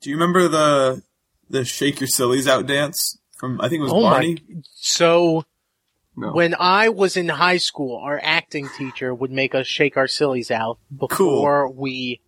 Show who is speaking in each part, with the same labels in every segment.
Speaker 1: Do you remember the the shake your sillies out dance from I think it was
Speaker 2: Oh my-
Speaker 1: Barney?
Speaker 2: So
Speaker 1: No.
Speaker 2: when I was in high school, our acting teacher would make us shake our sillies out before we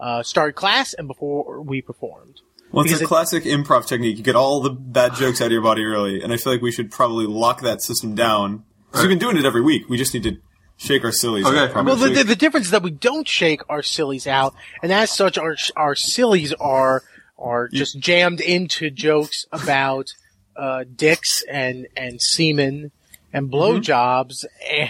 Speaker 2: uh, started class and before we performed.
Speaker 1: well, it's
Speaker 2: because
Speaker 1: a
Speaker 2: it-
Speaker 1: classic improv technique. You get all the bad jokes out of your body early, and I feel like we should probably lock that system down. 'Cause We've been doing it every week. We just need to shake our sillies.
Speaker 3: Okay.
Speaker 1: out probably.
Speaker 2: Well, the, the, the difference is that we don't shake our sillies out, and as such, our our sillies are are just jammed into jokes about uh, dicks and and semen and blowjobs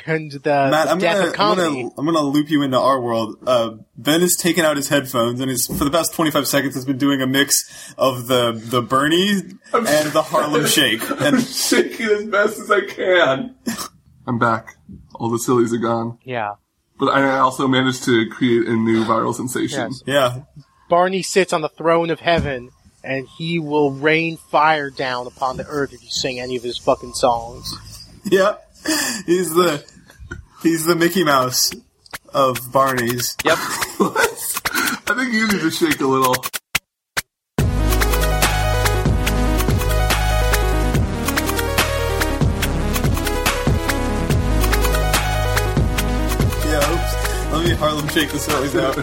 Speaker 2: and the,
Speaker 1: Matt,
Speaker 2: the
Speaker 1: I'm
Speaker 2: death
Speaker 1: gonna,
Speaker 2: of
Speaker 1: I'm
Speaker 2: comedy.
Speaker 1: gonna I'm gonna loop you into our world. Uh, ben has taken out his headphones and is for the past 25 seconds has been doing a mix of the the Bernie and the Harlem Shake.
Speaker 3: I'm
Speaker 1: And
Speaker 3: shaking as best as I can. I'm back. All the sillies are gone.
Speaker 2: Yeah,
Speaker 3: But I also managed to create a new viral sensation.
Speaker 2: Yes.
Speaker 1: yeah,
Speaker 2: Barney sits on the throne of heaven, and he will rain fire down upon the earth if you sing any of his fucking songs.
Speaker 1: yeah, he's the he's the Mickey Mouse of Barney's.
Speaker 4: Yep.
Speaker 3: I think you need to shake a little.
Speaker 1: Yeah, oops. Let me Harlem Shake the sillies out.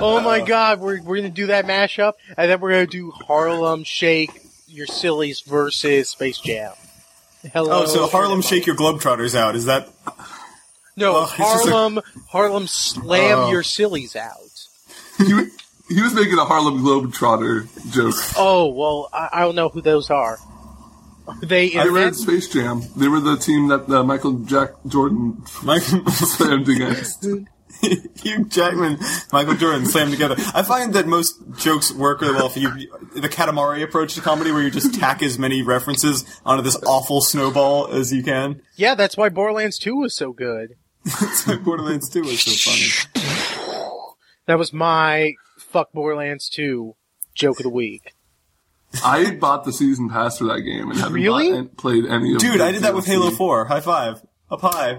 Speaker 2: Oh my god, we're, we're gonna do that mashup, and then we're gonna do Harlem Shake Your Sillies versus Space Jam. Hello.
Speaker 1: Oh, so Harlem Shake your Globetrotters out. Is that
Speaker 2: No,
Speaker 1: Oh, it's just a-
Speaker 2: Harlem Harlem Slam
Speaker 1: Oh.
Speaker 2: Your Sillies Out.
Speaker 3: He, he was making a Harlem Globetrotter joke.
Speaker 2: Oh well, I, I don't know who those are. They
Speaker 3: They were in
Speaker 2: invent-
Speaker 3: Space Jam. They were the team that uh, Michael Jack Jordan
Speaker 1: Michael
Speaker 3: slammed against.
Speaker 1: Hugh Jackman, Michael Jordan slammed together. I find that most jokes work really well if you the Katamari approach to comedy, where you just tack as many references onto this awful snowball as you can.
Speaker 2: yeah, that's why Borderlands Two was so good.
Speaker 1: That's why Borderlands Two is so funny.
Speaker 2: That was my fuck Borderlands Two joke of the week.
Speaker 3: I bought the season pass for that game and haven't
Speaker 2: Really?
Speaker 3: bought- played any of
Speaker 1: Dude,
Speaker 3: the
Speaker 1: I did that with
Speaker 3: DLC.
Speaker 1: Halo Four. High five, up high,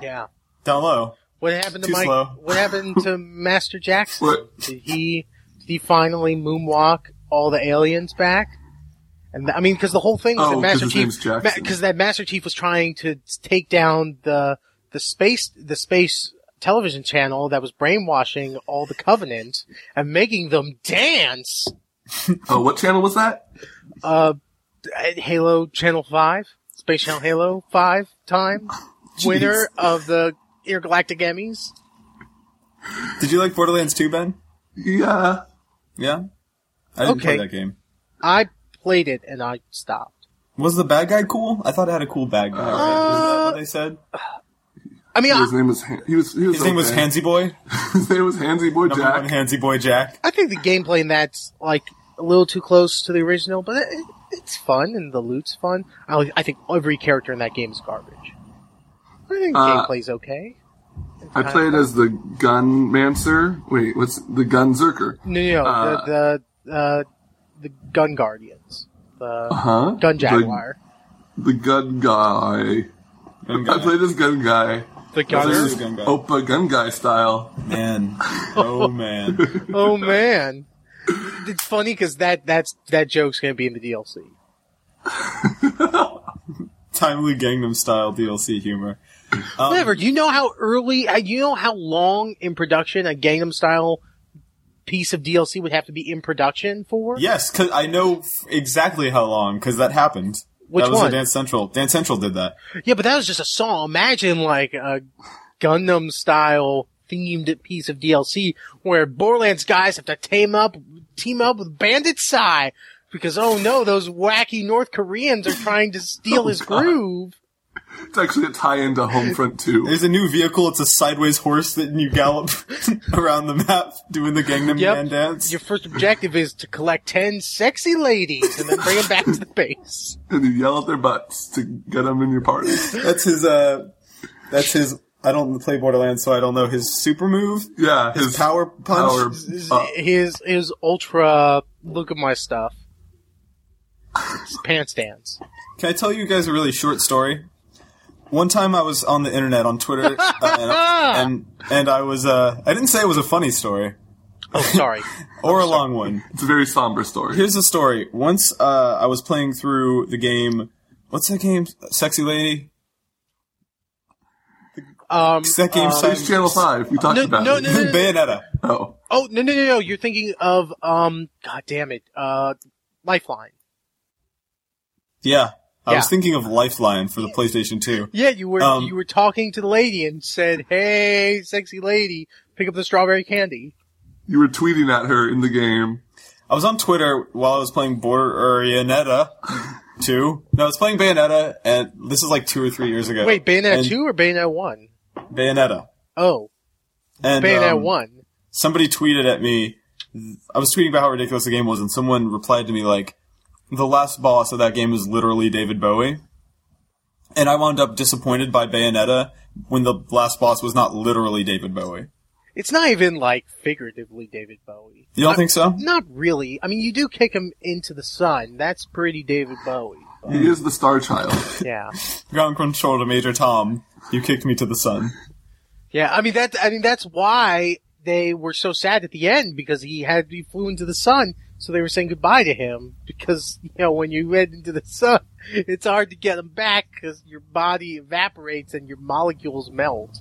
Speaker 2: Yeah.
Speaker 1: down low.
Speaker 2: What happened to
Speaker 1: Too
Speaker 2: Mike?
Speaker 1: slow.
Speaker 2: What happened to Master Jackson?
Speaker 3: What?
Speaker 2: Did he did he finally moonwalk all the aliens back? And th- I mean, because the whole thing was
Speaker 3: Oh,
Speaker 2: that
Speaker 3: 'cause
Speaker 2: Master
Speaker 3: his name's
Speaker 2: Chief,
Speaker 3: Jackson.
Speaker 2: because that Master Chief was trying to take down the the space the space television channel that was brainwashing all the Covenant and making them dance.
Speaker 3: Oh, what channel was that?
Speaker 2: Uh, at Halo Channel Five, Space Channel Halo Five time winner of the Intergalactic Emmys.
Speaker 1: Did you like Borderlands Two, Ben?
Speaker 3: Yeah.
Speaker 1: Yeah, I didn't play
Speaker 2: Okay.
Speaker 1: that game.
Speaker 2: I played it and I stopped.
Speaker 1: Was the bad guy cool? I thought it had a cool bad guy. right? Isn't that
Speaker 2: Uh,
Speaker 1: what they said?
Speaker 2: I mean,
Speaker 3: His
Speaker 2: I,
Speaker 3: name was Han- he was he was
Speaker 1: His name was
Speaker 3: okay.
Speaker 1: Hansy Boy.
Speaker 3: His name was Hansy Boy
Speaker 1: Number one
Speaker 3: Jack.
Speaker 1: Hansy Boy Jack.
Speaker 2: I think the gameplay in that's like a little too close to the original, but it, it's fun and the loot's fun. I, I think every character in that game is garbage. I think the
Speaker 3: Uh,
Speaker 2: gameplay's okay.
Speaker 3: I played as the Gunmancer. Wait, what's the Gunzerker?
Speaker 2: No, no, no
Speaker 3: uh,
Speaker 2: the the uh, the Gun Guardians, the
Speaker 3: Huh?
Speaker 2: Gun Jaguar,
Speaker 3: The, the gun guy.
Speaker 1: Gun
Speaker 3: I
Speaker 1: guy.
Speaker 3: played as gun guy.
Speaker 2: the
Speaker 1: Gunner?
Speaker 2: Gunner.
Speaker 1: Who's gun guy?
Speaker 3: Opa gun guy style.
Speaker 1: Man, oh man.
Speaker 2: oh man, it's funny because that that's that joke's gonna be in the DLC.
Speaker 1: timely Gangnam Style DLC humor. Um,
Speaker 2: Whatever. Do you know how early? uh, You know how long in production a Gangnam Style piece of DLC would have to be in production for?
Speaker 1: Yes, because I know f- exactly how long because that happened.
Speaker 2: Which
Speaker 1: that was
Speaker 2: one?
Speaker 1: The Dance Central. Dance Central did that.
Speaker 2: Yeah, but that was just a song. Imagine like a Gundam Style themed piece of DLC where Borderlands guys have to team up, team up with Bandit Psy because oh no, those wacky North Koreans are trying to steal his groove.
Speaker 3: It's actually a tie-in to Homefront 2.
Speaker 1: There's a new vehicle. It's a sideways horse that you gallop around the map doing the Gangnam
Speaker 2: Yep.
Speaker 1: Man dance.
Speaker 2: Your first objective is to collect ten sexy ladies and then bring them back to the base.
Speaker 3: and you yell at their butts to get them in your party.
Speaker 1: That's his. uh That's his. I don't play Borderlands, so I don't know his super move.
Speaker 3: Yeah,
Speaker 1: His power punch.
Speaker 3: power
Speaker 2: His-
Speaker 1: Uh,
Speaker 3: up.
Speaker 2: his his ultra look at my stuff. His pants dance.
Speaker 1: Can I tell you guys a really short story? One time I was on the internet on Twitter, uh, and, and and I was uh, I didn't say it was a funny story.
Speaker 2: Oh, sorry.
Speaker 1: or a long one.
Speaker 3: It's a very somber story.
Speaker 1: Here's the story. Once uh, I was playing through the game. What's that game? Sexy Lady.
Speaker 2: Um,
Speaker 1: That game.
Speaker 2: uh,
Speaker 1: Science-
Speaker 3: It's Channel Five. We talked
Speaker 2: No,
Speaker 3: about
Speaker 2: no,
Speaker 3: it.
Speaker 2: no, no.
Speaker 1: Bayonetta.
Speaker 3: Oh,
Speaker 2: oh no no no no! You're thinking of um. God damn it! Uh, Lifeline.
Speaker 1: Yeah. I was
Speaker 2: Yeah.
Speaker 1: thinking of Lifeline for the PlayStation 2.
Speaker 2: Yeah, you were
Speaker 1: Um,
Speaker 2: you were talking to the lady and said, "Hey, sexy lady, pick up the strawberry candy."
Speaker 3: you were tweeting at her in the game.
Speaker 1: I was on Twitter while I was playing Bayonetta 2. No, I was playing Bayonetta, and this is like two or three years ago.
Speaker 2: Wait, Bayonetta
Speaker 1: And-
Speaker 2: two or Bayonetta one?
Speaker 1: Bayonetta.
Speaker 2: Oh,
Speaker 1: And,
Speaker 2: Bayonetta
Speaker 1: um,
Speaker 2: one.
Speaker 1: somebody tweeted at me. I was tweeting about how ridiculous the game was, and someone replied to me like, "The last boss of that game is literally David Bowie." And I wound up disappointed by Bayonetta when the last boss was not literally David Bowie.
Speaker 2: It's not even like figuratively David Bowie.
Speaker 1: You don't
Speaker 2: I-
Speaker 1: think so?
Speaker 2: Not really. I mean, you do kick him into the sun. That's pretty David Bowie.
Speaker 1: Mm.
Speaker 3: He is the Star Child.
Speaker 2: Yeah,
Speaker 1: Ground control to Major Tom. You kicked me to the sun.
Speaker 2: yeah. I mean that. I mean that's why they were so sad at the end because he had he flew into the sun. So they were saying goodbye to him because you know when you head into the sun, it's hard to get him back because your body evaporates and your molecules melt.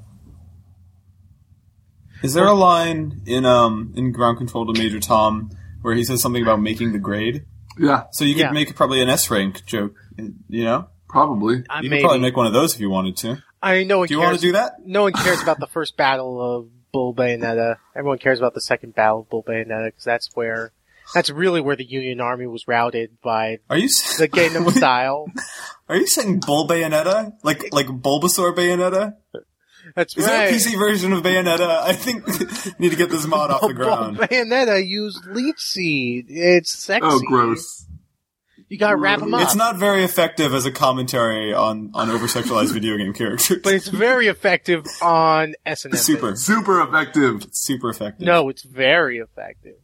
Speaker 1: Is there a line in um in Ground Control to Major Tom where he says something about making the grade?
Speaker 3: Yeah,
Speaker 1: So you could
Speaker 2: Yeah.
Speaker 1: make probably an S rank joke. You know,
Speaker 3: probably.
Speaker 2: I
Speaker 1: you could
Speaker 2: Uh, maybe.
Speaker 1: probably make one of those if you wanted to.
Speaker 2: I mean, no one
Speaker 1: Do you
Speaker 2: cares.
Speaker 1: want to do that?
Speaker 2: No one cares about the first battle of Bull Bayonetta. Everyone cares about the second battle of Bull Bayonetta because that's where, that's really where the Union Army was routed by
Speaker 1: Are you s-
Speaker 2: the Gangnam Style.
Speaker 1: Are you saying Bull Bayonetta? Like like Bulbasaur Bayonetta?
Speaker 2: That's
Speaker 1: Is
Speaker 2: right.
Speaker 1: there a PC version of Bayonetta? I think need to get this mod off the
Speaker 2: Bull
Speaker 1: ground.
Speaker 2: Bayonetta uh, used leech seed. It's sexy.
Speaker 3: Oh, gross.
Speaker 2: You gotta wrap them up.
Speaker 1: It's not very effective as a commentary on on oversexualized video game characters.
Speaker 2: but it's very effective on SNM.
Speaker 1: super
Speaker 3: Super effective.
Speaker 1: super effective.
Speaker 2: No, it's very effective.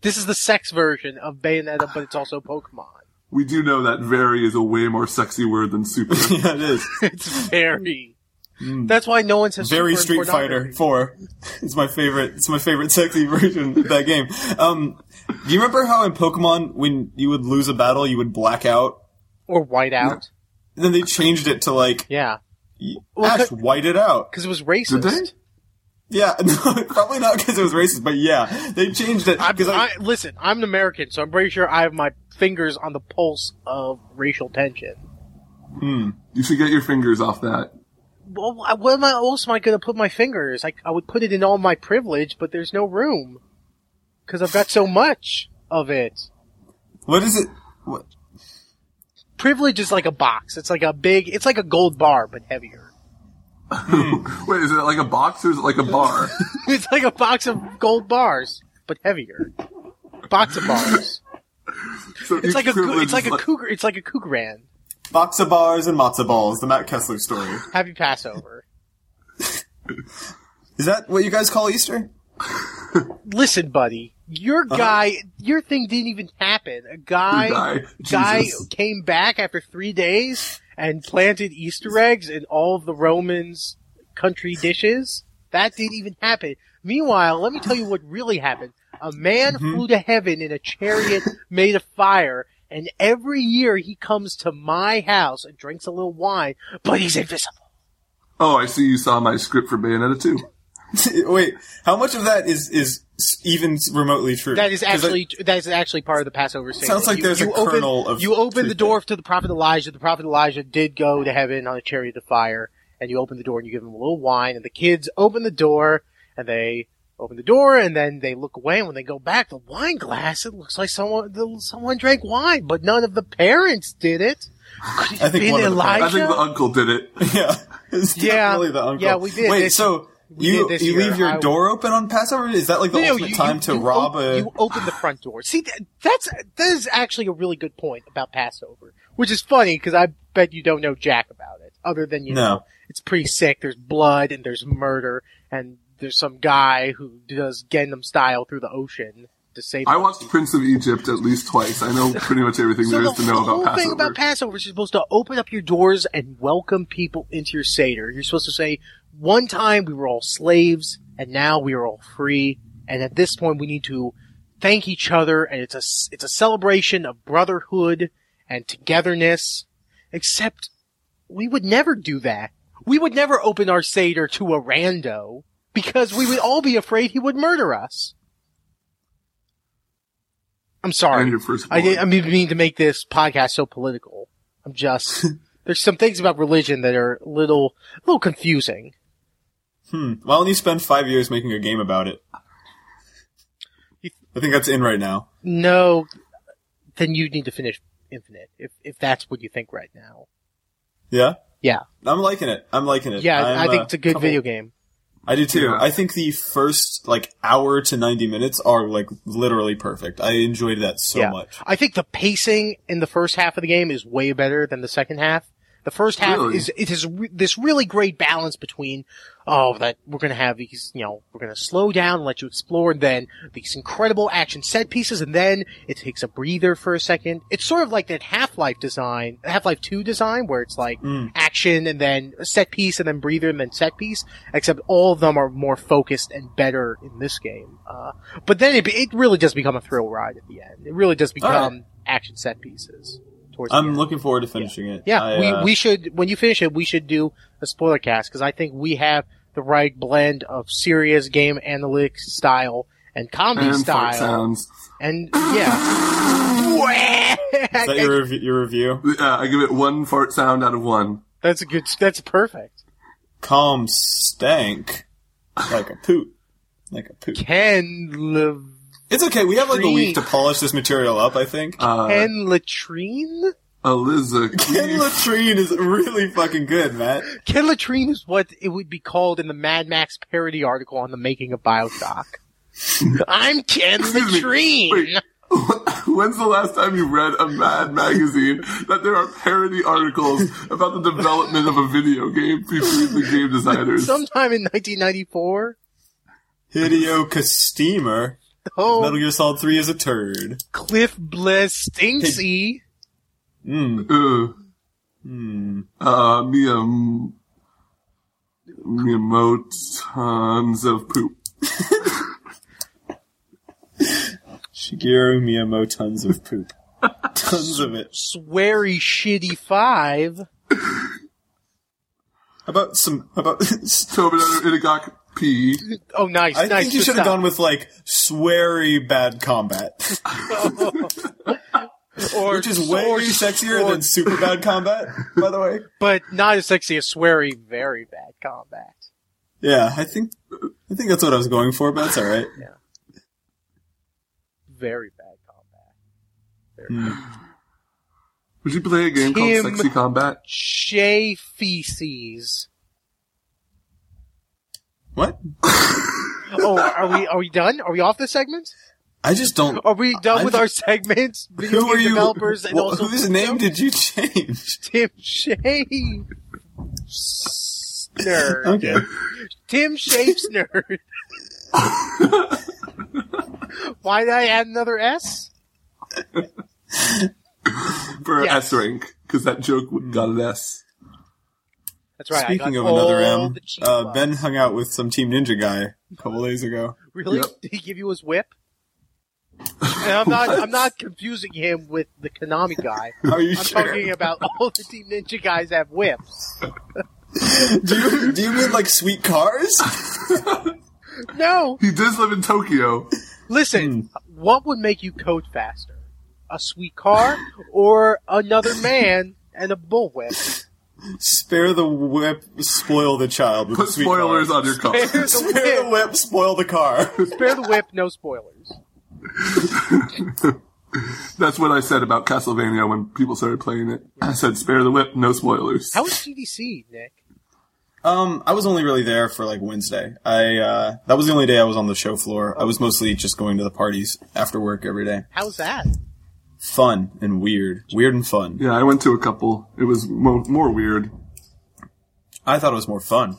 Speaker 2: This is the sex version of Bayonetta, but it's also Pokemon.
Speaker 3: We do know that very is a way more sexy word than super.
Speaker 1: yeah, it is. Mm.
Speaker 2: It's very. That's why no one says
Speaker 1: Very
Speaker 2: super in
Speaker 1: Street Fighter
Speaker 2: pornography.
Speaker 1: Four. It's my favorite. It's my favorite sexy version of that game. Um, do you remember how in Pokemon when you would lose a battle you would black out?
Speaker 2: or white out.
Speaker 1: And then they changed it to like
Speaker 2: Yeah, Well,
Speaker 1: Ash white it out.
Speaker 2: because it was
Speaker 3: Did
Speaker 2: racist.
Speaker 3: they?
Speaker 1: Yeah, no, probably not because it was racist, but yeah, they changed it.
Speaker 2: I,
Speaker 1: 'cause I-
Speaker 2: I, listen, I'm an American, so I'm pretty sure I have my fingers on the pulse of racial tension.
Speaker 3: You should get your fingers off that.
Speaker 2: Well, I- where am I, else am I going to put my fingers? I, I would put it in all my privilege, but there's no room because I've got so much of it.
Speaker 1: what is it? What,
Speaker 2: Privilege is like a box. It's like a big. It's like a gold bar, but heavier.
Speaker 3: Wait, is it like a box or is it like a bar?
Speaker 2: It's like a box of gold bars, but heavier. Box of bars.
Speaker 3: So
Speaker 2: It's like a. cou- It's like a cougar. It's like a cougaran.
Speaker 1: box of bars and matzo balls. The Matt Kessler story.
Speaker 2: Happy Passover.
Speaker 1: Is that what you guys call Easter?
Speaker 2: listen, buddy, your guy, your thing didn't even happen. A guy,
Speaker 3: guy?
Speaker 2: guy
Speaker 3: Jesus.
Speaker 2: came back after three days and planted Easter eggs in all of the Romans' country dishes. That didn't even happen. Meanwhile, let me tell you what really happened. A man flew to heaven in a chariot made of fire, and every year he comes to my house and drinks a little wine, but he's invisible.
Speaker 3: Oh, I see. You saw my script for Bayonetta two.
Speaker 1: Wait, how much of that is is even remotely true?
Speaker 2: That is
Speaker 1: 'Cause I-
Speaker 2: actually that is actually part of the Passover Seder.
Speaker 1: Sounds like there's a
Speaker 2: open,
Speaker 1: kernel of
Speaker 2: you open the
Speaker 1: truth
Speaker 2: door to the prophet Elijah. The prophet Elijah did go to heaven on a chariot of fire, and you open the door and you give him a little wine, and the kids open the door and they open the door and then they look away and when they go back the wine glass it looks like someone the, someone drank wine but none of the parents did it could it
Speaker 1: I think
Speaker 2: have
Speaker 1: one
Speaker 2: been
Speaker 1: of the
Speaker 3: I
Speaker 2: elijah
Speaker 3: think the uncle did it.
Speaker 1: yeah, it's
Speaker 2: Yeah.
Speaker 1: definitely the uncle.
Speaker 2: Yeah, we did
Speaker 1: Wait,
Speaker 2: this-
Speaker 1: so
Speaker 2: we
Speaker 1: you
Speaker 2: did this
Speaker 1: you
Speaker 2: year.
Speaker 1: leave your
Speaker 2: I-
Speaker 1: door open on Passover? Is that like the
Speaker 2: No, no,
Speaker 1: ultimate time to rob
Speaker 2: op-
Speaker 1: a?
Speaker 2: You open the front door. See, that, that's that is actually a really good point about Passover, which is funny because I bet you don't know jack about it, other than you
Speaker 1: No.
Speaker 2: know it's pretty sick. There's blood and there's murder and there's some guy who does Gundam style through the ocean to save.
Speaker 3: I
Speaker 2: the-
Speaker 3: watched Prince of Egypt at least twice. I know pretty much everything
Speaker 2: so
Speaker 3: there
Speaker 2: the
Speaker 3: is to know
Speaker 2: whole
Speaker 3: about Passover.
Speaker 2: thing about Passover is you're supposed to open up your doors and welcome people into your seder. You're supposed to say, "One time we were all slaves, and now we are all free, And at this point, we need to thank each other, and it's a s- it's a celebration of brotherhood and togetherness. Except, we would never do that. We would never open our seder to a rando because we would all be afraid he would murder us. I'm sorry.
Speaker 3: And your first
Speaker 2: I, did, I didn't mean to make this podcast so political. I'm just there's some things about religion that are a little a little confusing.
Speaker 1: Hmm. Why don't you spend five years making a game about it? I think that's in right now.
Speaker 2: No, then you need to finish Infinite if if that's what you think right now.
Speaker 1: Yeah?
Speaker 2: Yeah.
Speaker 1: I'm liking it. I'm liking it.
Speaker 2: Yeah,
Speaker 1: I'm,
Speaker 2: I think
Speaker 1: uh,
Speaker 2: it's a good
Speaker 1: couple-
Speaker 2: video game.
Speaker 1: I do too.
Speaker 3: Yeah.
Speaker 1: I think the first like hour to 90 minutes are like literally perfect. I enjoyed that so
Speaker 2: Yeah.
Speaker 1: much.
Speaker 2: I think the pacing in the first half of the game is way better than the second half. The first half
Speaker 3: Really?
Speaker 2: is it is re- this really great balance between oh that we're gonna have these you know we're gonna slow down and let you explore and then these incredible action set pieces and then it takes a breather for a second. It's sort of like that Half Life design, Half Life Two design where it's like
Speaker 1: Mm.
Speaker 2: action and then a set piece and then breather and then set piece. Except all of them are more focused and better in this game. Uh, but then it, be- it really does become a thrill ride at the end. It really does become action set pieces. Towards the
Speaker 1: I'm
Speaker 2: end.
Speaker 1: looking forward to finishing it.
Speaker 2: yeah,
Speaker 1: I,
Speaker 2: we,
Speaker 1: uh,
Speaker 2: we should when you finish it, we should do a spoiler cast because I think we have the right blend of serious game analytics style and comedy
Speaker 3: and
Speaker 2: style
Speaker 3: fart sounds.
Speaker 2: and yeah.
Speaker 1: is that your, rev- your review?
Speaker 3: Yeah, Uh, I give it one fart sound out of one.
Speaker 2: that's a good. That's perfect.
Speaker 1: Calm stank like a poot. Like a poot.
Speaker 2: Ken Le-
Speaker 1: It's okay. We have like a week to
Speaker 2: Creek.
Speaker 1: polish this material up, I think.
Speaker 3: Uh,
Speaker 2: Ken Latrine.
Speaker 3: Eliza
Speaker 1: Ken
Speaker 3: Keith.
Speaker 1: Latrine is really fucking good, Matt.
Speaker 2: Ken Latrine is what it would be called in the Mad Max parody article on the making of Bioshock. I'm Ken
Speaker 3: Excuse me.
Speaker 2: Latrine.
Speaker 3: Wait. When's the last time you read a Mad magazine that there are parody articles about the development of a video game featuring the game designers?
Speaker 2: Sometime in 1994.
Speaker 1: Hideo Kojima.
Speaker 2: Oh,
Speaker 1: Metal Gear Solid 3 is a turd.
Speaker 2: Cliff Blestinski.
Speaker 1: Mm.
Speaker 3: Ugh.
Speaker 1: Mm.
Speaker 3: uh, Miyam- Miyamotons of poop.
Speaker 1: Shigeru Miyamoto tons of poop. tons of it.
Speaker 2: Sweary Shitty Five.
Speaker 1: How About some, how about,
Speaker 3: Tobinator Itagak uh, P.
Speaker 2: Oh, nice,
Speaker 1: I
Speaker 2: nice.
Speaker 1: think you
Speaker 2: good
Speaker 1: should have
Speaker 2: stuff.
Speaker 1: gone with like sweary bad combat,
Speaker 2: or,
Speaker 1: which is way
Speaker 2: or-
Speaker 1: sexier
Speaker 2: or-
Speaker 1: than super bad combat. By the way,
Speaker 2: but not as sexy as Sweary. Very bad combat.
Speaker 1: yeah, I think I think that's what I was going for, but that's all right.
Speaker 2: Very bad combat.
Speaker 1: Hmm.
Speaker 3: Would you play a game
Speaker 2: Tim.
Speaker 3: called Sexy Combat?
Speaker 2: Shea feces.
Speaker 1: What?
Speaker 2: Oh, are we are we done? Are we off the segment?
Speaker 1: I just don't.
Speaker 2: Are we done
Speaker 1: I
Speaker 2: with
Speaker 1: thi-
Speaker 2: our segments? Video
Speaker 1: Who
Speaker 2: game
Speaker 1: are you?
Speaker 2: developers and
Speaker 1: wh-
Speaker 2: also
Speaker 1: whose name did you change?
Speaker 2: Tim Shapesner.
Speaker 1: Okay.
Speaker 2: Tim Shapesner. Why did I add another S?
Speaker 3: For
Speaker 2: Yes.
Speaker 3: S rank, because that joke would got an S.
Speaker 2: That's right. I
Speaker 1: Speaking
Speaker 2: got
Speaker 1: of another
Speaker 2: all
Speaker 1: M,
Speaker 2: the cheap
Speaker 1: uh,
Speaker 2: ones.
Speaker 1: Ben hung out with some Team Ninja guy a couple days ago.
Speaker 2: really
Speaker 3: Yep.
Speaker 2: did he give you his whip? And I'm not I'm not confusing him with the Konami guy.
Speaker 1: Are you
Speaker 2: I'm
Speaker 1: sure?
Speaker 2: talking about all the Team Ninja guys have whips.
Speaker 1: Do you do you mean like sweet cars?
Speaker 2: No,
Speaker 3: He does live in Tokyo.
Speaker 2: Listen,
Speaker 3: Hmm.
Speaker 2: what would make you code faster? A sweet car or another man and a bullwhip?
Speaker 1: Spare the whip, spoil the child. With
Speaker 3: Put
Speaker 1: the sweet
Speaker 3: spoilers
Speaker 1: cars.
Speaker 3: on your car.
Speaker 2: Spare
Speaker 1: Spare the
Speaker 2: the
Speaker 1: whip, spoil the car.
Speaker 2: whip. Spare the whip, no spoilers.
Speaker 3: That's what I said about Castlevania when people started playing it. I said, spare the whip, no spoilers.
Speaker 2: How was GDC, Nick?
Speaker 1: Um, I was only really there for like Wednesday. I uh, that was the only day I was on the show floor. I was mostly just going to the parties after work every day.
Speaker 2: How's that?
Speaker 1: Fun and weird, weird and fun.
Speaker 3: yeah, I went to a couple. It was mo- more weird.
Speaker 1: I thought it was more fun.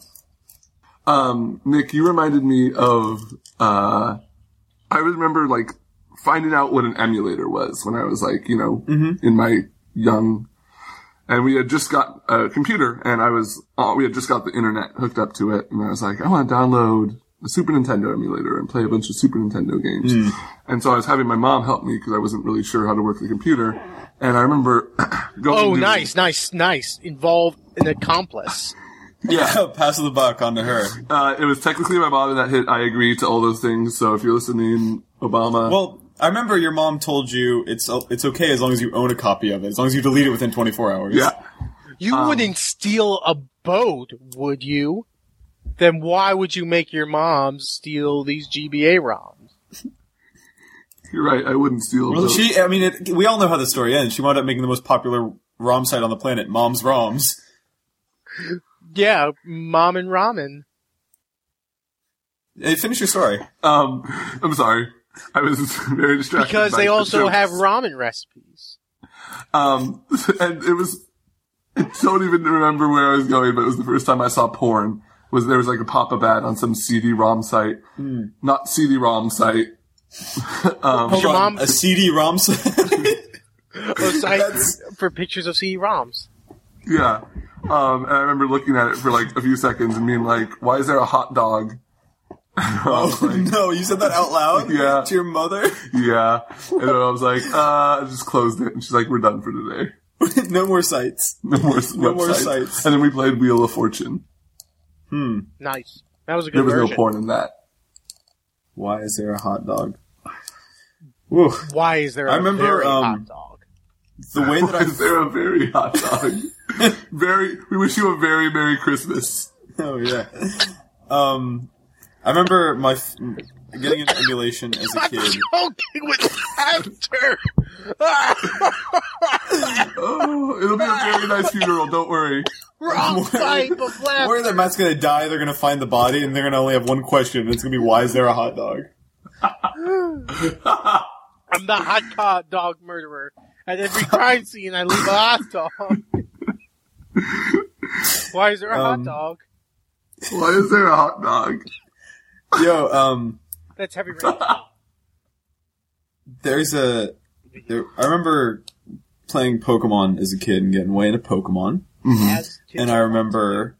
Speaker 3: Um, Nick, you reminded me of, uh, I remember like finding out what an emulator was when I was like, you know,
Speaker 2: Mm-hmm.
Speaker 3: in my young, and we had just got a computer and I was, uh, we had just got the internet hooked up to it and I was like, I want to download a Super Nintendo emulator and play a bunch of Super Nintendo games.
Speaker 2: Mm.
Speaker 3: And so I was having my mom help me because I wasn't really sure how to work the computer. And I remember going.
Speaker 2: Oh,
Speaker 3: to-
Speaker 2: nice, nice, nice. Involve an accomplice.
Speaker 1: Yeah, pass the buck onto her.
Speaker 3: Uh, it was technically my mom that hit I agree to all those things. So if you're listening, Obama.
Speaker 1: Well, I remember your mom told you it's it's okay as long as you own a copy of it, as long as you delete it within 24 hours.
Speaker 3: yeah.
Speaker 2: You
Speaker 3: Ah.
Speaker 2: wouldn't steal a boat, would you? Then why would you make your mom steal these GBA ROMs?
Speaker 3: You're right. I wouldn't steal.
Speaker 1: Well,
Speaker 3: those.
Speaker 1: she. I mean, it, we all know how the story ends. She wound up making the most popular ROM site on the planet, Mom's ROMs.
Speaker 2: Yeah, mom and ramen.
Speaker 1: Hey, finish your story.
Speaker 3: um, I'm sorry. I was very distracted.
Speaker 2: Because
Speaker 3: by
Speaker 2: they
Speaker 3: the
Speaker 2: also
Speaker 3: jokes.
Speaker 2: have ramen recipes.
Speaker 3: Um, and it was, I don't even remember where I was going, but it was the first time I saw porn. Was there was like a pop-up ad on some CD-ROM site,
Speaker 2: Hmm.
Speaker 3: not CD-ROM site. um,
Speaker 2: Your
Speaker 1: From
Speaker 2: mom-
Speaker 1: a CD ROM site.
Speaker 2: A site
Speaker 1: That's-
Speaker 2: for pictures of CD-ROMs.
Speaker 3: yeah. Um, and I remember looking at it for like a few seconds and being like, "Why is there a hot dog?" And I was like,
Speaker 1: no, you said that out loud.
Speaker 3: Oh, Yeah.
Speaker 1: to your mother.
Speaker 3: yeah. And then I was like, uh, I just closed it. And she's like, we're done for today.
Speaker 1: no more sites.
Speaker 3: No more,
Speaker 1: No more
Speaker 3: websites.
Speaker 1: sites.
Speaker 3: And then we played Wheel of Fortune.
Speaker 1: Hmm.
Speaker 2: Nice. That was a good
Speaker 3: There was
Speaker 2: version.
Speaker 3: no porn in that.
Speaker 1: Why is there a hot dog? Whew.
Speaker 2: Why is there a
Speaker 1: I remember,
Speaker 2: very
Speaker 1: um,
Speaker 2: hot dog?
Speaker 1: The way that I
Speaker 3: Is there a very hot dog? very, we wish you a very Merry Christmas.
Speaker 1: Oh yeah. Um, I remember my f- getting an emulation as a
Speaker 2: I'm
Speaker 1: kid.
Speaker 2: choking with laughter.
Speaker 3: Oh, it'll be a very nice funeral, don't worry.
Speaker 2: Wrong type of
Speaker 1: Worried
Speaker 2: laughter.
Speaker 1: that Matt's gonna die, they're gonna find the body, and they're gonna only have one question, and it's gonna be why is there a hot dog?
Speaker 2: I'm the hot co- dog murderer. At every crime scene, I leave a hot dog. Why is there a
Speaker 1: Um,
Speaker 2: hot dog?
Speaker 3: Why is there a hot dog?
Speaker 1: Yo, um,
Speaker 2: That's heavy rain.
Speaker 1: there's a. There, I remember playing Pokemon as a kid and getting way into Pokemon,
Speaker 2: As kids
Speaker 1: and I
Speaker 2: are-
Speaker 1: remember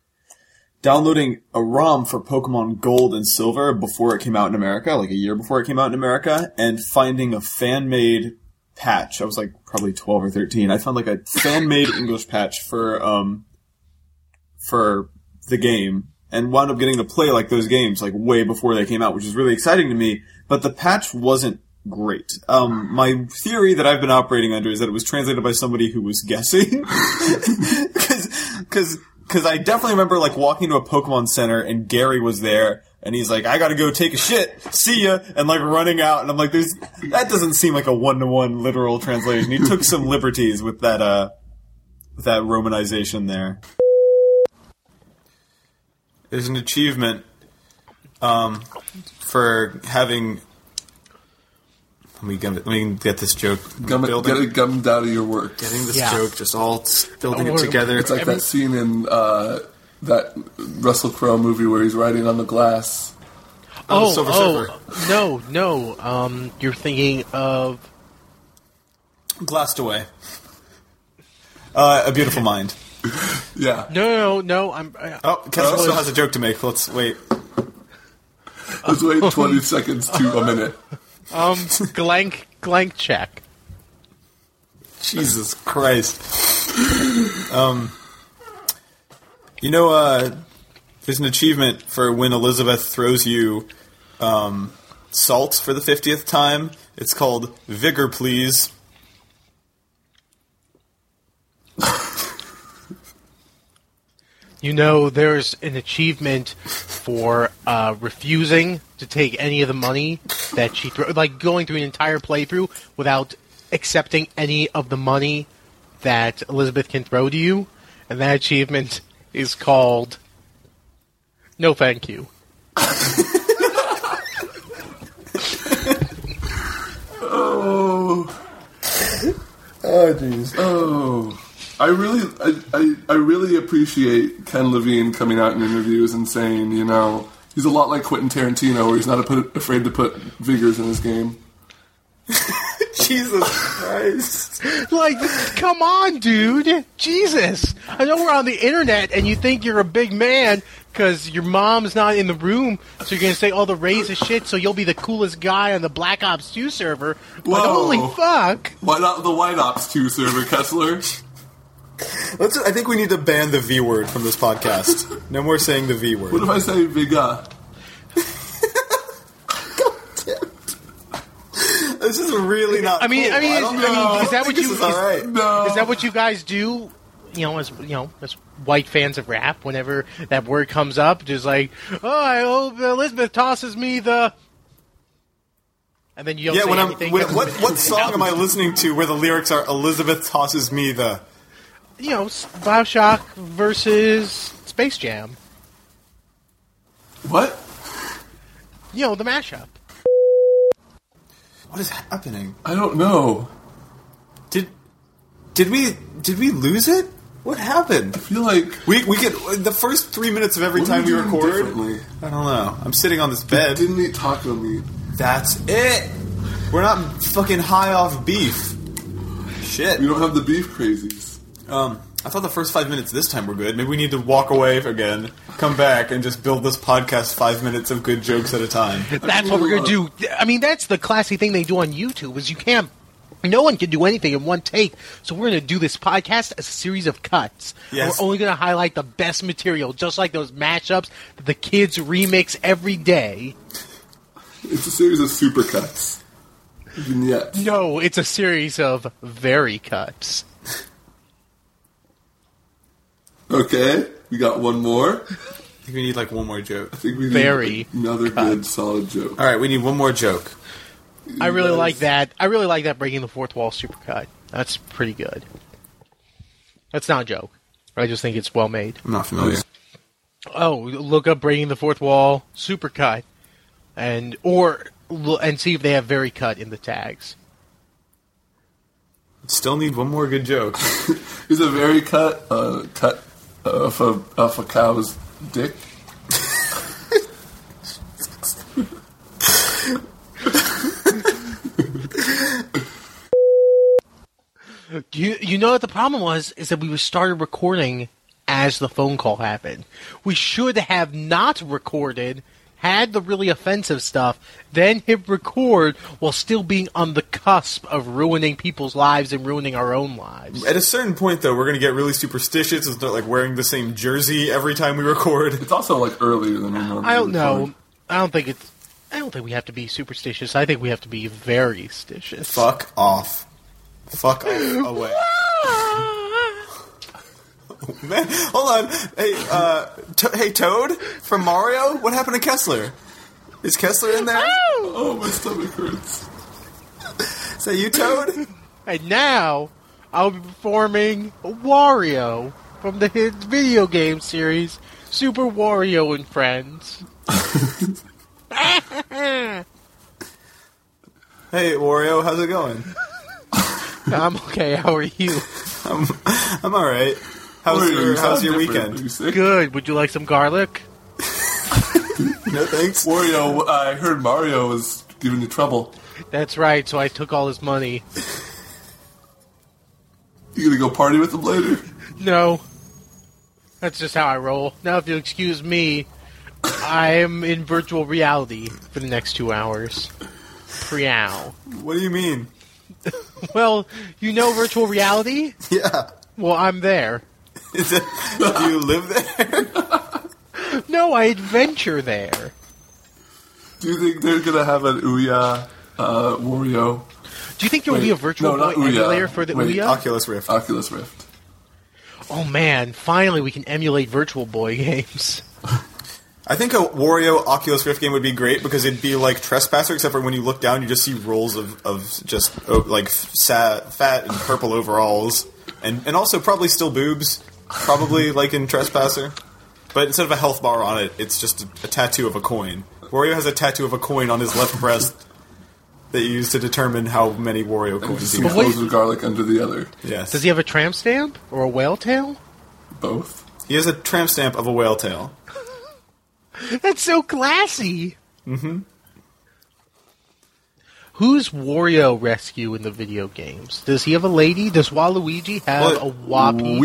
Speaker 1: downloading a ROM for Pokemon Gold and Silver before it came out in America, like a year before it came out in America, and finding a fan made patch. I was like probably twelve or thirteen. I found like a fan made English patch for um for the game and wound up getting to play like those games like way before they came out, which was really exciting to me. But the patch wasn't great. Um, my theory that I've been operating under is that it was translated by somebody who was guessing. Because because I definitely remember like walking to a Pokemon Center and Gary was there. And he's like, I gotta go take a shit. See ya. And like running out. And I'm like, there's, that doesn't seem like a one to one literal translation. He took some liberties with that, uh, with that romanization there there's an achievement um, for having. Let me, get, let me get this joke.
Speaker 3: Gum it,
Speaker 1: building,
Speaker 3: get it gummed out of your work.
Speaker 1: getting this
Speaker 2: Yeah.
Speaker 1: joke, just all s- building
Speaker 2: Oh,
Speaker 1: it
Speaker 2: we're-
Speaker 1: together.
Speaker 3: It's like that scene in uh, that Russell Crowe movie where he's riding on the glass.
Speaker 1: Oh,
Speaker 2: Oh,
Speaker 1: Silver
Speaker 2: oh, no, no. Um, you're thinking of
Speaker 1: glassed away. Uh, a beautiful mind.
Speaker 3: Yeah.
Speaker 2: no, no, no. I'm. I,
Speaker 1: Oh, Kessler
Speaker 2: Oh.
Speaker 1: still has a joke to make. Let's wait.
Speaker 3: Let's wait 20 seconds to a minute.
Speaker 2: um, Glank, Glank check.
Speaker 1: Jesus Christ. Um, you know, uh, there's an achievement for when Elizabeth throws you um, salt for the 50th time. It's called Vigor Please.
Speaker 2: You know, there's an achievement for uh, refusing to take any of the money that she threw, like going through an entire playthrough without accepting any of the money that Elizabeth can throw to you, and that achievement is called "No Thank You."
Speaker 3: Oh.
Speaker 1: Oh, jeez.
Speaker 3: Oh, I really, I, I, I really appreciate Ken Levine coming out in interviews and saying, you know, he's a lot like Quentin Tarantino, where he's not put, afraid to put vigors in his game.
Speaker 1: Jesus Christ.
Speaker 2: Like, come on, dude. Jesus. I know we're on the internet and you think you're a big man, because your mom's not in the room, so you're gonna say all the racist shit, so you'll be the coolest guy on the Black Ops 2 server. But
Speaker 3: Whoa.
Speaker 2: holy fuck!
Speaker 3: Why not the White Ops 2 server, Kessler?
Speaker 1: Let's. I think we need to ban the V word from this podcast. No more saying the V
Speaker 3: What
Speaker 1: word.
Speaker 3: if I say Viga?
Speaker 1: This is really not.
Speaker 2: I mean-
Speaker 1: cool.
Speaker 2: I mean,
Speaker 1: don't
Speaker 2: I mean,
Speaker 1: know. I
Speaker 2: is that
Speaker 1: think
Speaker 2: what
Speaker 1: this
Speaker 2: you-
Speaker 1: Is all right.
Speaker 3: No.
Speaker 2: Is that what you guys do? You know, as you know, as white fans of rap, whenever that word comes up, just like, oh, I hope Elizabeth tosses me the. And then you don't
Speaker 1: Yeah,
Speaker 2: say
Speaker 1: when I'm
Speaker 2: anything.
Speaker 1: when, what what song am I listening to where the lyrics are Elizabeth tosses me the
Speaker 2: You know, s- Bioshock versus Space Jam.
Speaker 3: What?
Speaker 2: You know, the mashup.
Speaker 1: what is happening?
Speaker 3: I don't know.
Speaker 1: Did did we did we lose it? What happened?
Speaker 3: I feel like
Speaker 1: We we get the first three minutes of every
Speaker 3: What are
Speaker 1: time
Speaker 3: we
Speaker 1: we
Speaker 3: doing
Speaker 1: record.
Speaker 3: differently?
Speaker 1: I don't know. I'm sitting on this
Speaker 3: I
Speaker 1: bed.
Speaker 3: didn't eat taco meat.
Speaker 1: That's it. We're not fucking high off beef. Shit.
Speaker 3: We don't have the beef crazies.
Speaker 1: Um, I thought the first five minutes this time were good. Maybe we need to walk away again, come back, and just build this podcast five minutes of good jokes at a time.
Speaker 2: That's what we're gonna do. I mean, that's the classy thing they do on YouTube. Is you can't. No one can do anything in one take, so we're going to do this podcast as a series of cuts.
Speaker 1: Yes.
Speaker 2: We're only going to highlight the best material, just like those mashups that the kids remix every day.
Speaker 3: It's a series of supercuts. Vignettes.
Speaker 2: No, it's a series of very cuts.
Speaker 3: Okay, we got one more.
Speaker 1: I think we need like one more joke.
Speaker 3: I think we need
Speaker 2: Very
Speaker 3: another good solid joke.
Speaker 1: All right, we need one more joke.
Speaker 2: I really
Speaker 3: Yes.
Speaker 2: like that. I really like that breaking the fourth wall supercut. That's pretty good. That's not a joke. I just think it's well made.
Speaker 1: I'm not familiar.
Speaker 2: oh, look up breaking the fourth wall supercut, and or lo- and see if they have very cut in the tags.
Speaker 1: Still need one more good joke.
Speaker 3: Is a very cut uh, cut off a off a cow's dick?
Speaker 2: You you know what the problem was is that we started recording as the phone call happened. We should have not recorded. Had the really offensive stuff, then hit record while still being on the cusp of ruining people's lives and ruining our own lives.
Speaker 1: At a certain point, though, we're gonna get really superstitious and start like wearing the same jersey every time we record.
Speaker 3: It's also like earlier than we normally.
Speaker 2: I don't
Speaker 3: record.
Speaker 2: know. I don't think it's. I don't think we have to be superstitious. I think we have to be very stitious.
Speaker 1: Fuck off. Fuck off Oh, away. Man, hold on. Hey, uh, to- hey, Toad from Mario. What happened to Kessler? Is Kessler in there?
Speaker 3: Oh, my stomach hurts.
Speaker 1: Is that you, Toad?
Speaker 2: And now, I'll be performing Wario from the hit video game series Super Wario and Friends.
Speaker 1: Hey, Wario, how's it going?
Speaker 2: I'm okay. How are you?
Speaker 1: I'm, I'm all right. How's
Speaker 3: Wait, you
Speaker 1: your How's
Speaker 3: sound
Speaker 1: your
Speaker 3: different. Are you
Speaker 1: weekend?
Speaker 3: sick?
Speaker 2: Good. Would you like some garlic?
Speaker 1: No thanks.
Speaker 3: Wario, I heard Mario was giving you trouble.
Speaker 2: That's right. So I took all his money.
Speaker 3: You gonna go party with him later?
Speaker 2: No. That's just how I roll. Now, if you'll excuse me, I'm in virtual reality for the next two hours. Preow.
Speaker 1: What do you mean?
Speaker 2: Well, you know virtual reality?
Speaker 1: Yeah.
Speaker 2: Well, I'm there.
Speaker 1: Is it, do you live there?
Speaker 2: No, I adventure there.
Speaker 3: Do you think they're gonna have an Ouya uh, Wario
Speaker 2: Do you think there will
Speaker 3: Wait,
Speaker 2: be a virtual
Speaker 3: no, not
Speaker 2: Boy
Speaker 3: Ouya.
Speaker 2: emulator for the
Speaker 3: Wait,
Speaker 2: Ouya?
Speaker 1: Oculus Rift.
Speaker 3: Oculus Rift?
Speaker 2: Oh man, finally we can emulate Virtual Boy games.
Speaker 1: I think a Wario Oculus Rift game would be great because it'd be like Trespasser, except for when you look down, you just see rolls of, of just oh, like sa- fat and purple overalls, and and also probably still boobs, probably like in Trespasser, but instead of a health bar on it, it's just a, a tattoo of a coin. Wario has a tattoo of a coin on his left breast that you use to determine how many Wario coins
Speaker 3: Just
Speaker 1: he
Speaker 3: some
Speaker 1: has.
Speaker 2: what-
Speaker 3: clothes with garlic under the other.
Speaker 1: Yes,
Speaker 2: Does he have a tramp stamp or a whale tail?
Speaker 3: Both.
Speaker 1: he has a tramp stamp of a whale tail.
Speaker 2: That's so classy. Mm-hmm. Who's Wario Rescue in the video games? Does he have a lady? Does Waluigi have
Speaker 1: Well,
Speaker 2: a Wapeach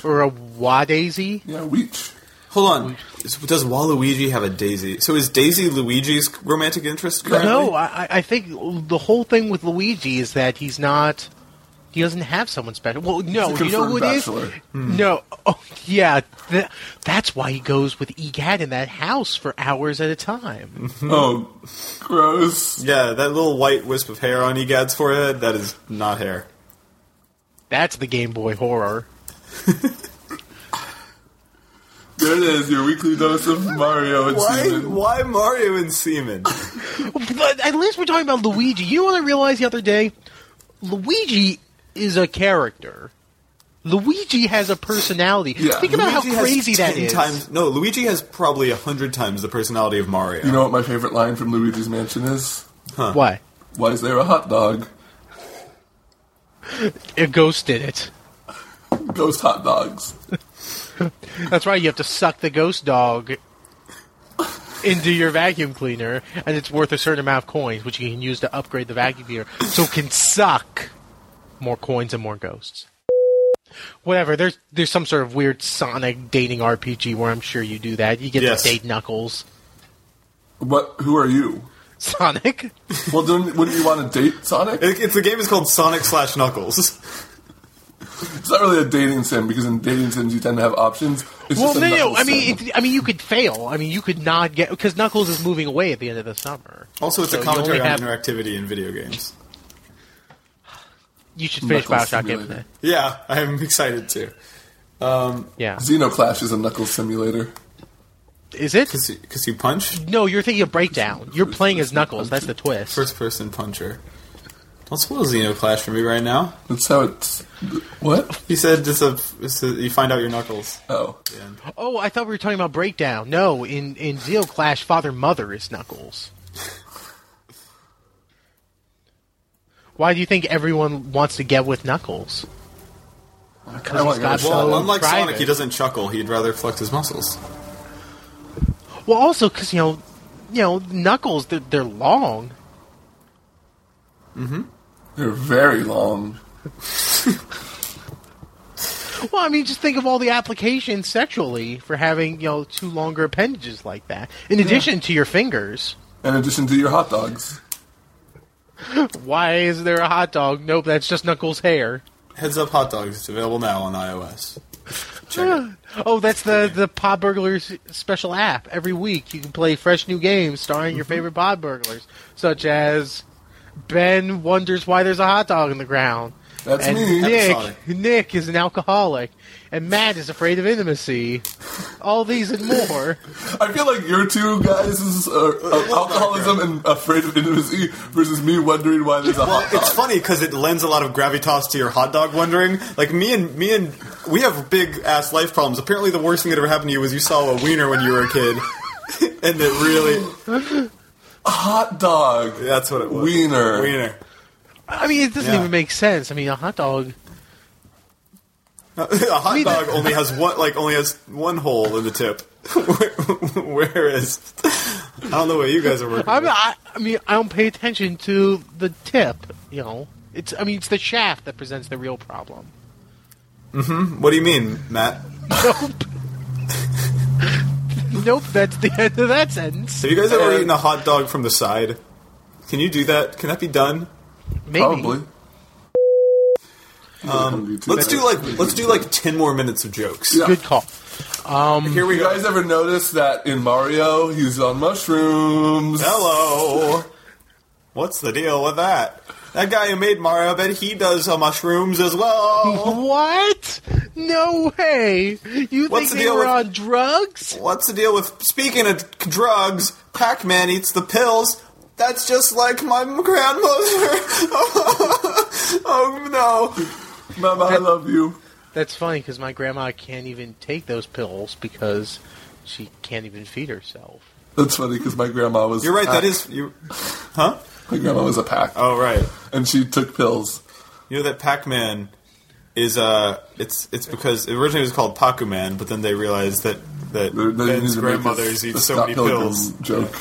Speaker 3: Weech.
Speaker 2: or a Wadaisy?
Speaker 3: Yeah, Weech.
Speaker 1: Hold on. Is- Does Waluigi have a Daisy? So is Daisy Luigi's romantic interest? Currently?
Speaker 2: No, I, I think the whole thing with Luigi is that he's not. He doesn't have someone special. Well, no,
Speaker 3: He's a
Speaker 2: you know who it is.
Speaker 3: confirmed bachelor.
Speaker 2: No, oh yeah, th- that's why he goes with Egad in that house for hours at a time.
Speaker 3: Oh, gross.
Speaker 1: Yeah, that little white wisp of hair on Egad's forehead, that is not hair.
Speaker 2: That's the Game Boy horror.
Speaker 3: There it is, your weekly dose of Mario and
Speaker 1: Why,
Speaker 3: semen.
Speaker 1: why Mario and semen?
Speaker 2: But at least we're talking about Luigi. You know what I realized the other day? Luigi is a character. Luigi has a personality.
Speaker 3: Yeah,
Speaker 2: Think about
Speaker 1: Luigi
Speaker 2: how
Speaker 1: has
Speaker 2: crazy that
Speaker 1: 10
Speaker 2: is.
Speaker 1: Times, no, Luigi has probably a hundred times the personality of Mario.
Speaker 3: You know what my favorite line from Luigi's Mansion is?
Speaker 2: What?
Speaker 3: Why is there a hot dog?
Speaker 2: A ghost did it.
Speaker 3: Ghost hot dogs.
Speaker 2: That's right. You have to suck the ghost dog into your vacuum cleaner, and it's worth a certain amount of coins, which you can use to upgrade the vacuum cleaner, so it can suck more coins and more ghosts. Whatever. There's there's some sort of weird Sonic dating RPG where I'm sure you do that. You get
Speaker 1: Yes.
Speaker 2: to date Knuckles,
Speaker 3: What? Who are you?
Speaker 2: Sonic.
Speaker 3: Well, don't, wouldn't you want to date Sonic?
Speaker 1: It, it's the game is called Sonic slash Knuckles.
Speaker 3: It's not really a dating sim because in dating sims you tend to have options. It's
Speaker 2: Well,
Speaker 3: just
Speaker 2: no,
Speaker 3: a
Speaker 2: no.
Speaker 3: knuckles
Speaker 2: I mean,
Speaker 3: sim.
Speaker 2: it, I mean, you could fail. I mean, you could not get because Knuckles is moving away at the end of the summer.
Speaker 1: Also, it's
Speaker 2: So
Speaker 1: a
Speaker 2: you
Speaker 1: commentary
Speaker 2: only
Speaker 1: on
Speaker 2: have-
Speaker 1: interactivity in video games.
Speaker 2: You should finish
Speaker 3: Knuckles
Speaker 2: Bioshock
Speaker 3: Simulator.
Speaker 2: Infinite.
Speaker 1: Yeah, I'm excited too.
Speaker 2: Yeah,
Speaker 3: Xenoclash is a knuckles simulator.
Speaker 2: is it?
Speaker 1: Cause, you- cause you punch
Speaker 2: No, you're thinking of Breakdown. You're playing as Knuckles. That's the twist.
Speaker 1: first person puncher. Don't spoil Xenoclash for me right now.
Speaker 3: That's how it's. What?
Speaker 1: He said just a, it's a- you find out your knuckles.
Speaker 3: Oh,
Speaker 1: And
Speaker 2: Oh, I thought we were talking about Breakdown. No, in in Zeo Clash, Father Mother is Knuckles. Why do you think everyone wants to get with Knuckles?
Speaker 3: I want
Speaker 2: got
Speaker 3: to
Speaker 1: well,
Speaker 2: So
Speaker 1: unlike Sonic,
Speaker 2: private.
Speaker 1: he doesn't chuckle. He'd rather flex his muscles.
Speaker 2: Well, also because you know, you know, Knuckles they're, they're long.
Speaker 3: They're very long.
Speaker 2: Well, I mean, just think of all the applications sexually for having you know two longer appendages like that. In addition to your fingers,
Speaker 3: In addition to your hot dogs.
Speaker 2: why is there a hot dog? Nope, that's just Knuckles' hair.
Speaker 1: Heads up, hot dogs. It's available now on iOS. Check it.
Speaker 2: Oh, that's the the Pod Burglars special app. Every week you can play fresh new games starring
Speaker 1: Mm-hmm.
Speaker 2: your favorite Pod Burglars, such as Ben wonders why there's a hot dog in the ground.
Speaker 3: That's
Speaker 2: and
Speaker 3: me.
Speaker 2: Nick
Speaker 1: Episodic.
Speaker 2: Nick is an alcoholic, and Matt is afraid of intimacy. All these and more.
Speaker 3: I feel like your two guys is uh, uh, alcoholism and afraid of intimacy versus me wondering why there's a
Speaker 1: Well,
Speaker 3: hot dog.
Speaker 1: it's funny because it lends a lot of gravitas to your hot dog wondering. Like me and me and we have big ass life problems. Apparently, the worst thing that ever happened to you was you saw a wiener when you were a kid, and it really—that's
Speaker 3: Hot dog.
Speaker 1: what it was.
Speaker 3: Wiener.
Speaker 1: Wiener.
Speaker 2: I mean, it doesn't
Speaker 1: Yeah.
Speaker 2: even make sense. I mean, a hot dog.
Speaker 1: a hot dog only has one, like only has one hole in the tip. Whereas, I don't know what you guys are working.
Speaker 2: I mean,
Speaker 1: with.
Speaker 2: I, I mean, I don't pay attention to the tip. You know, it's. I mean, it's the shaft that presents the real problem.
Speaker 1: What do you mean, Matt?
Speaker 2: Nope. nope, that's the end of that sentence.
Speaker 1: Have you guys ever
Speaker 3: Uh,
Speaker 1: eaten a hot dog from the side? Can you do that? Can that be done?
Speaker 2: Maybe.
Speaker 3: Probably. Um,
Speaker 1: Let's do like let's do like ten more minutes of jokes.
Speaker 3: Yeah.
Speaker 2: Good call.
Speaker 1: Here we
Speaker 3: You
Speaker 1: go.
Speaker 3: guys ever notice that in Mario he's on mushrooms?
Speaker 1: Hello. What's the deal with that? That guy who made Mario, I bet he does uh, mushrooms as well.
Speaker 2: What? No way. You
Speaker 1: What's
Speaker 2: think
Speaker 1: the
Speaker 2: they
Speaker 1: deal
Speaker 2: were
Speaker 1: with-
Speaker 2: on drugs?
Speaker 1: What's the deal with speaking of drugs? Pac-Man eats the pills. That's just like my grandmother. oh no!
Speaker 3: Mama, I love you.
Speaker 2: That's funny because my grandma can't even take those pills because she can't even feed herself.
Speaker 3: That's funny because my grandma was.
Speaker 1: You're right. That
Speaker 3: a-
Speaker 1: is you. Huh?
Speaker 3: my grandma was a pack,
Speaker 1: Oh right.
Speaker 3: and she took pills.
Speaker 1: You know that Pac-Man is uh, it's it's because originally it was called Pac-Man, but then they realized that that
Speaker 3: They- they needed
Speaker 1: Ben's
Speaker 3: to make
Speaker 1: grandmothers
Speaker 3: a-
Speaker 1: eat
Speaker 3: a
Speaker 1: so
Speaker 3: Scott
Speaker 1: many
Speaker 3: Pilgrim
Speaker 1: pills.
Speaker 3: Joke.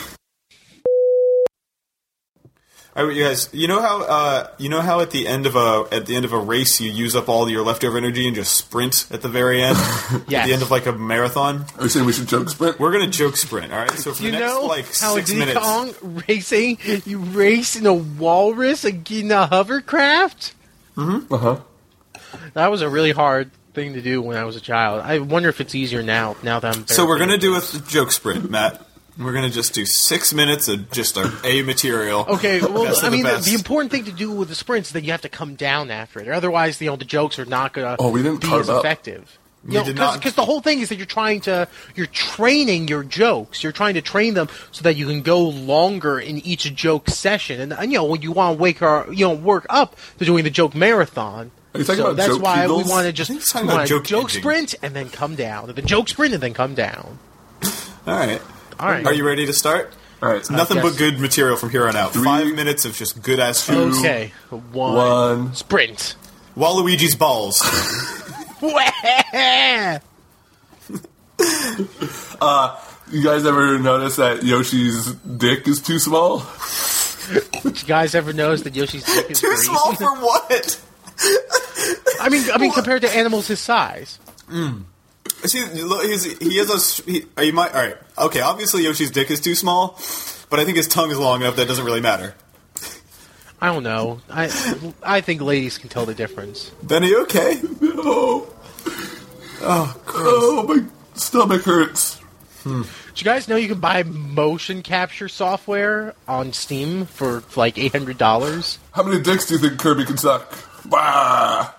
Speaker 1: All right, you guys. You know how uh, you know how at the end of a at the end of a race you use up all your leftover energy and just sprint at the very end. At
Speaker 2: Yes.
Speaker 1: the end of like a marathon,
Speaker 3: Are you saying we should joke sprint?
Speaker 1: we're gonna joke sprint. All right. So for
Speaker 2: You
Speaker 1: the next
Speaker 2: know
Speaker 1: like
Speaker 2: how in
Speaker 1: six
Speaker 2: Diddy
Speaker 1: minutes,
Speaker 2: Kong racing, you race in a walrus and get in a hovercraft?
Speaker 3: Uh huh.
Speaker 2: That was a really hard thing to do when I was a child. I wonder if it's easier now, now that I'm
Speaker 1: so we're gonna do a th- joke sprint, Matt. We're gonna just do six minutes of just a, a material.
Speaker 2: Okay, well,
Speaker 1: Best of
Speaker 2: I
Speaker 1: the
Speaker 2: mean, the,
Speaker 1: best.
Speaker 2: the important thing to do with the sprints is that you have to come down after it. Otherwise, you know, the jokes are not going to
Speaker 3: Oh, we didn't
Speaker 2: be
Speaker 3: carve
Speaker 2: as
Speaker 3: up.
Speaker 2: effective.
Speaker 1: You
Speaker 2: You
Speaker 1: did
Speaker 2: because
Speaker 1: not-
Speaker 2: the whole thing is that you're trying to, you're training your jokes. You're trying to train them so that you can go longer in each joke session. And, and, you know, when you want to wake our, you know, work up to doing the joke marathon.
Speaker 3: Are you talking
Speaker 2: so
Speaker 3: about
Speaker 2: that's
Speaker 3: joke
Speaker 2: why
Speaker 3: kegels?
Speaker 2: we want to
Speaker 1: I think he's
Speaker 2: just
Speaker 1: talking about
Speaker 2: wanna
Speaker 1: joke
Speaker 2: joke
Speaker 1: edging.
Speaker 2: sprint and then come down. The joke sprint and then come down.
Speaker 1: All right.
Speaker 2: All right.
Speaker 1: Are you ready to start?
Speaker 3: All right.
Speaker 1: Nothing
Speaker 2: yes.
Speaker 1: but good material from here on out.
Speaker 3: Three.
Speaker 1: Five minutes of just good ass jokes.
Speaker 2: Okay. One.
Speaker 3: One.
Speaker 2: Sprint.
Speaker 1: Waluigi's balls.
Speaker 3: You guys ever notice that Yoshi's dick is too small?
Speaker 2: Did you guys ever notice that Yoshi's dick is
Speaker 1: Too
Speaker 2: green?
Speaker 1: small for what?
Speaker 2: I mean, I mean, compared to animals his size.
Speaker 1: See, look, he's, he has a. s- He, are you might all right. Okay, obviously Yoshi's dick is too small, but I think his tongue is long enough that it doesn't really matter.
Speaker 2: I don't know. I I think ladies can tell the difference.
Speaker 1: Benny, you okay?
Speaker 3: No. Oh, my stomach hurts.
Speaker 2: Did you guys know you can buy motion capture software on Steam for like eight hundred dollars?
Speaker 3: How many dicks do you think Kirby can suck? Bah.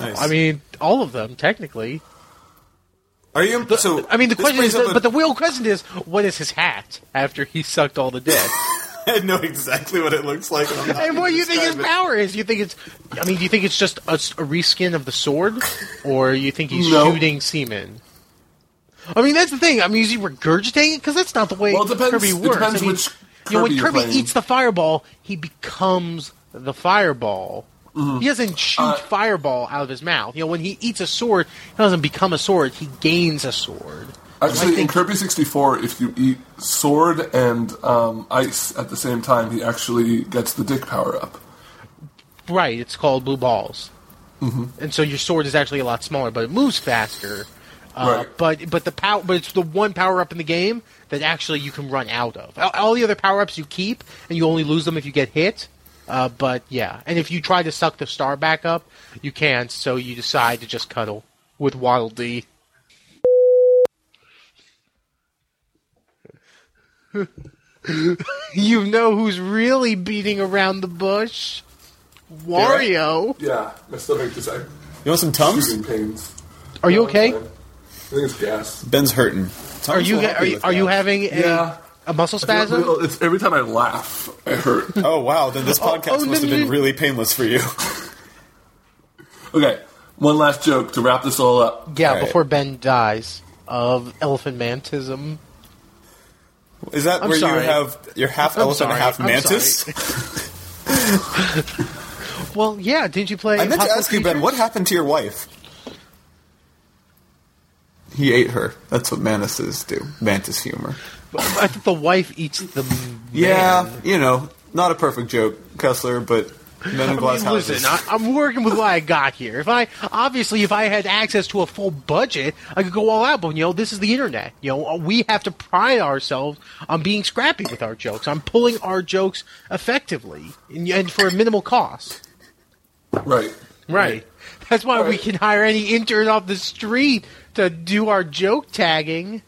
Speaker 1: Nice.
Speaker 2: I mean, all of them technically.
Speaker 1: are you? so
Speaker 2: I mean, the
Speaker 1: this
Speaker 2: question
Speaker 1: brings
Speaker 2: is,
Speaker 1: up a-
Speaker 2: but the real question is, what is his hat after he sucked all the dick?
Speaker 1: I know exactly what it looks like. And, I'm not
Speaker 2: and what do you think
Speaker 1: gonna
Speaker 2: his
Speaker 1: describe it.
Speaker 2: power is? You think it's? I mean, do you think it's just a, s- a reskin of the sword, or you think he's
Speaker 3: No.
Speaker 2: shooting semen? I mean, that's the thing. I mean, is he regurgitating it? Because that's not the way
Speaker 3: Well, it depends-
Speaker 2: Kirby
Speaker 3: it
Speaker 2: works.
Speaker 3: depends
Speaker 2: I mean,
Speaker 3: which
Speaker 2: you know,
Speaker 3: Kirby
Speaker 2: when
Speaker 3: you're
Speaker 2: Kirby
Speaker 3: playing.
Speaker 2: eats the fireball, he becomes the fireball. He doesn't shoot
Speaker 3: Uh,
Speaker 2: fireball out of his mouth. You know, when he eats a sword, he doesn't become a sword. He gains a sword.
Speaker 3: Actually,
Speaker 2: think-
Speaker 3: in Kirby 64, if you eat sword and um, ice at the same time, he actually gets the dick power up.
Speaker 2: Right, it's called blue balls. Mm-hmm. And so your sword is actually a lot smaller, but it moves faster. Uh,
Speaker 3: Right.
Speaker 2: But but the power but it's the one power up in the game that actually you can run out of. All, all the other power ups you keep, and you only lose them if you get hit. Uh, but yeah, and if you try to suck the star back up, you can't. So you decide to just cuddle with Waddle Dee. you know who's really beating around the bush? Wario.
Speaker 3: Yeah, my stomach just like
Speaker 1: You want some tums?
Speaker 3: shooting pains.
Speaker 2: Are you
Speaker 3: No, it's
Speaker 2: okay?
Speaker 3: fine. I think it's gas.
Speaker 1: Ben's hurting.
Speaker 2: Are you are you, are you having a,
Speaker 3: Yeah.
Speaker 2: a muscle spasm?
Speaker 3: It's every time I laugh, I hurt.
Speaker 1: Oh wow! Then this podcast
Speaker 2: oh, no,
Speaker 1: must have
Speaker 2: no,
Speaker 1: been
Speaker 2: no.
Speaker 1: really painless for you.
Speaker 3: okay, one last joke to wrap this all up.
Speaker 2: Yeah,
Speaker 1: Right.
Speaker 2: before Ben dies of elephant mantism.
Speaker 1: Is that
Speaker 2: I'm
Speaker 1: where
Speaker 2: sorry.
Speaker 1: you have your half
Speaker 2: I'm
Speaker 1: elephant and
Speaker 2: sorry.
Speaker 1: half
Speaker 2: I'm
Speaker 1: mantis?
Speaker 2: Well, yeah. Didn't you play?
Speaker 1: I meant to
Speaker 2: Impossible
Speaker 1: ask you, Ben,
Speaker 2: Creatures?
Speaker 1: what happened to your wife? He ate her. That's what mantises do. Mantis humor.
Speaker 2: I think the wife eats the. Man.
Speaker 1: Yeah, you know, not a perfect joke, Kessler, but men in
Speaker 2: I
Speaker 1: glass
Speaker 2: mean,
Speaker 1: houses.
Speaker 2: listen, I, I'm working with what I got here. If I obviously, if I had access to a full budget, I could go all out. But you know, this is the internet. You know, we have to pride ourselves on being scrappy with our jokes, on pulling our jokes effectively and, and for a minimal cost.
Speaker 3: Right.
Speaker 2: Right. That's why we
Speaker 3: Right.
Speaker 2: can hire any intern off the street to do our joke tagging.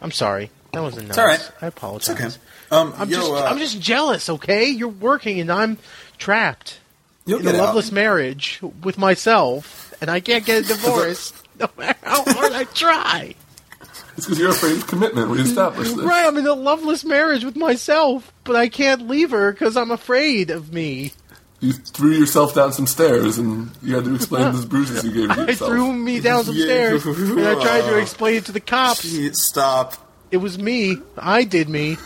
Speaker 2: I'm sorry. That wasn't nice.
Speaker 1: all right.
Speaker 2: I apologize.
Speaker 1: okay. Um,
Speaker 2: I'm
Speaker 1: yo,
Speaker 2: just
Speaker 1: uh,
Speaker 2: I'm just jealous, okay? You're working and I'm trapped
Speaker 1: you'll
Speaker 2: in a
Speaker 1: get out.
Speaker 2: loveless marriage with myself and I can't get a divorce no matter how hard I try.
Speaker 3: It's because you're afraid of commitment. We established this.
Speaker 2: Right, I'm in a loveless marriage with myself, but I can't leave her cuz I'm afraid of me.
Speaker 3: You threw yourself down some stairs, and you had to explain those bruises you gave
Speaker 2: I
Speaker 3: yourself.
Speaker 2: threw me down some stairs and I tried to explain it to the cops.
Speaker 1: Gee, Stop.
Speaker 2: It was me. I did me.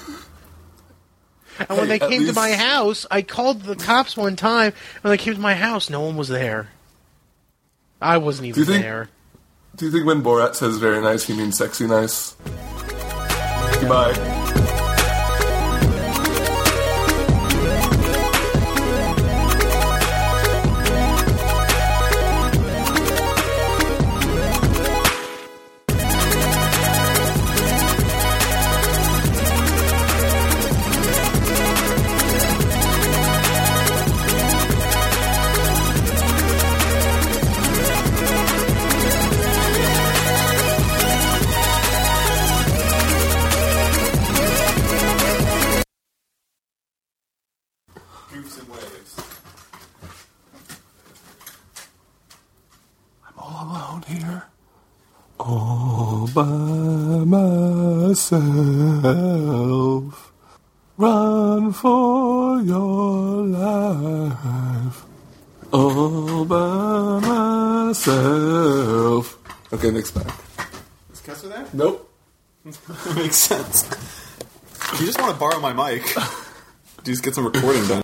Speaker 2: And when
Speaker 3: Hey,
Speaker 2: they
Speaker 3: at
Speaker 2: came to my
Speaker 3: least-
Speaker 2: house, I called the cops one time. and When they came to my house, no one was there. I wasn't even
Speaker 3: you think-
Speaker 2: there.
Speaker 3: Do you think when Borat says "very nice," he means sexy nice? Goodbye.
Speaker 1: moves and waves.
Speaker 3: I'm all alone here. All by myself. Run for your life. All by myself. Okay, next back.
Speaker 1: Is Kessler there?
Speaker 3: Nope.
Speaker 1: Makes sense. You just want to borrow my mic. Just get some recording done.